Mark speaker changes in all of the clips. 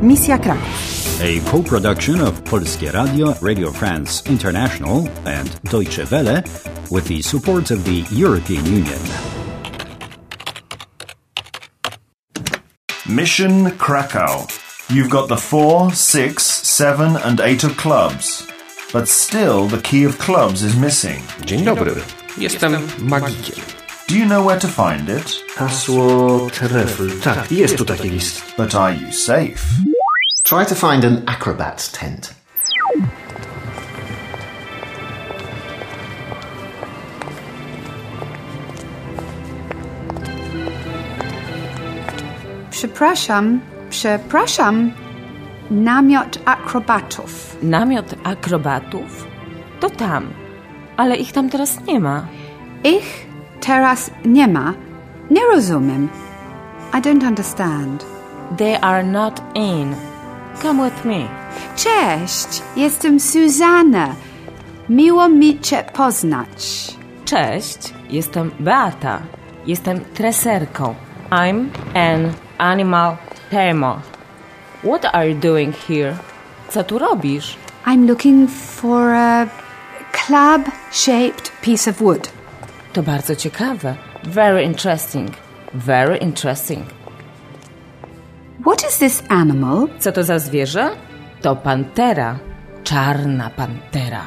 Speaker 1: Misja Kraków.
Speaker 2: A co-production of Polskie Radio, Radio France International and Deutsche Welle with the support of the European Union.
Speaker 3: Mission Krakow. You've got the four, six, seven, and eight of clubs. But still, the key of clubs is missing.
Speaker 4: Dzień dobry. Jestem magikiem.
Speaker 3: Do you know where to find it?
Speaker 5: Hasło trefl. Tak, jest tu taki list.
Speaker 3: But are you safe?
Speaker 6: Try to find an acrobat's tent.
Speaker 1: Przepraszam, przepraszam. Namiot akrobatów.
Speaker 7: Namiot akrobatów? To tam. Ale ich tam teraz nie ma.
Speaker 1: Ich teraz nie ma. Nie rozumiem. I don't understand.
Speaker 7: They are not in. Come with me.
Speaker 1: Cześć, jestem Suzanna. Miło mi Cię poznać.
Speaker 7: Cześć, jestem Beata. Jestem treserką. I'm an animal tamer. What are you doing here? Co tu robisz?
Speaker 1: I'm looking for a club-shaped piece of wood.
Speaker 7: To bardzo ciekawe. Very interesting. Very interesting.
Speaker 1: What is this animal?
Speaker 7: Co to za zwierzę? To pantera. Czarna pantera.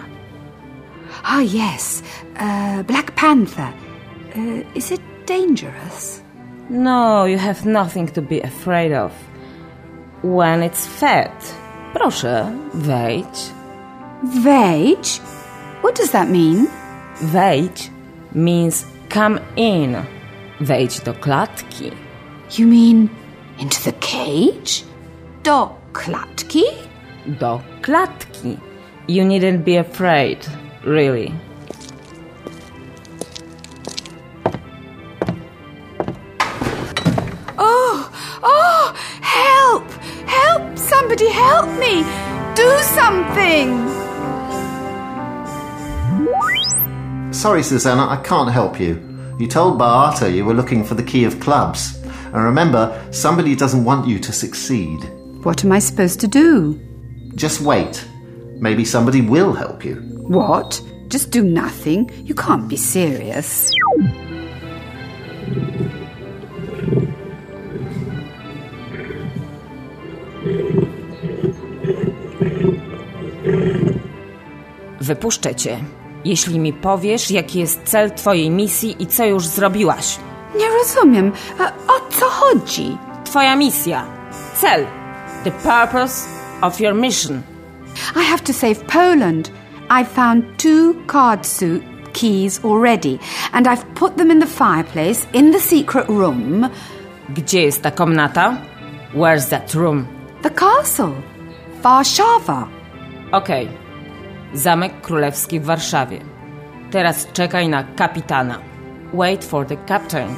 Speaker 1: Ah, yes, uh, Black Panther. Uh, is it dangerous?
Speaker 7: No, you have nothing to be afraid of. When it's fed. Proszę, wejdź.
Speaker 1: Vage? What does that mean?
Speaker 7: Wejdź means come in. Wejdź do klatki.
Speaker 1: You mean into the cage? Do klatki?
Speaker 7: Do klatki. You needn't be afraid, really.
Speaker 1: Oh, oh, help! Help! Somebody help me! Do something!
Speaker 6: Sorry, Susanna, I can't help you. You told Baata you were looking for the key of clubs. And remember, somebody doesn't want you to succeed.
Speaker 1: What am I supposed to do?
Speaker 6: Just wait. Maybe somebody will help you.
Speaker 1: What? Just do nothing? You can't be serious.
Speaker 7: Wypuszczę cię, jeśli mi powiesz, jaki jest cel twojej misji i co już zrobiłaś.
Speaker 1: Nie rozumiem. E, O co chodzi?
Speaker 7: Twoja misja. Cel. The purpose of your mission.
Speaker 1: I have to save Poland. I've found two card suit keys already, and I've put them in the fireplace in the secret room,
Speaker 7: Gdzie jest ta komnata? Where's that room?
Speaker 1: the castle, Warszawa.
Speaker 7: Okej. Zamek Królewski w Warszawie. Teraz czekaj na kapitana. Wait for the captain.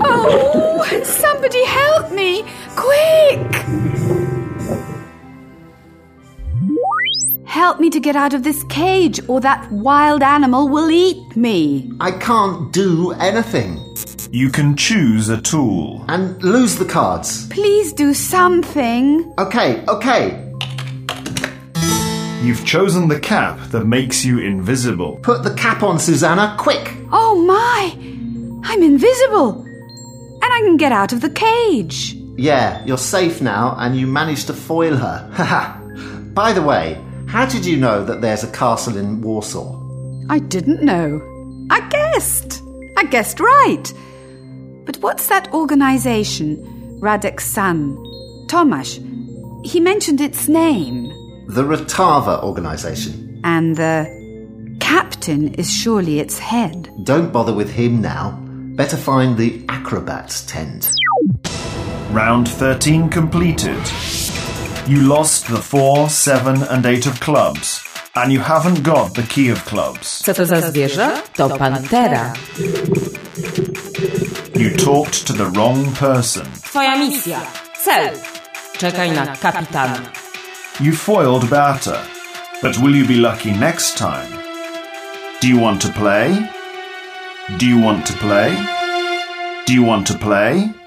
Speaker 1: Oh, somebody help me! Quick! Help me to get out of this cage, or that wild animal will eat me.
Speaker 6: I can't do anything.
Speaker 3: You can choose a tool.
Speaker 6: And lose the cards.
Speaker 1: Please do something.
Speaker 6: Okay, okay.
Speaker 3: You've chosen the cap that makes you invisible.
Speaker 6: Put the cap on, Susanna, quick.
Speaker 1: Oh my! I'm invisible! And I can get out of the cage!
Speaker 6: Yeah, you're safe now, and you managed to foil her. Haha. By the way, how did you know that there's a castle in Warsaw?
Speaker 1: I didn't know. I guessed! I guessed right! But what's that organization? Radek San. Tomasz. He mentioned its name.
Speaker 6: The Ratava organisation.
Speaker 1: And the captain is surely its head.
Speaker 6: Don't bother with him now. Better find the acrobat's tent.
Speaker 3: Round 13 completed. You lost the four, seven, and eight of clubs. And you haven't got the key of clubs.
Speaker 7: Co to za zwierzę? To pantera.
Speaker 3: You talked to the wrong person.
Speaker 7: Twoja misja. Cel. Czekaj na kapitana.
Speaker 3: You foiled Beata. But will you be lucky next time? Do you want to play? Do you want to play? Do you want to play?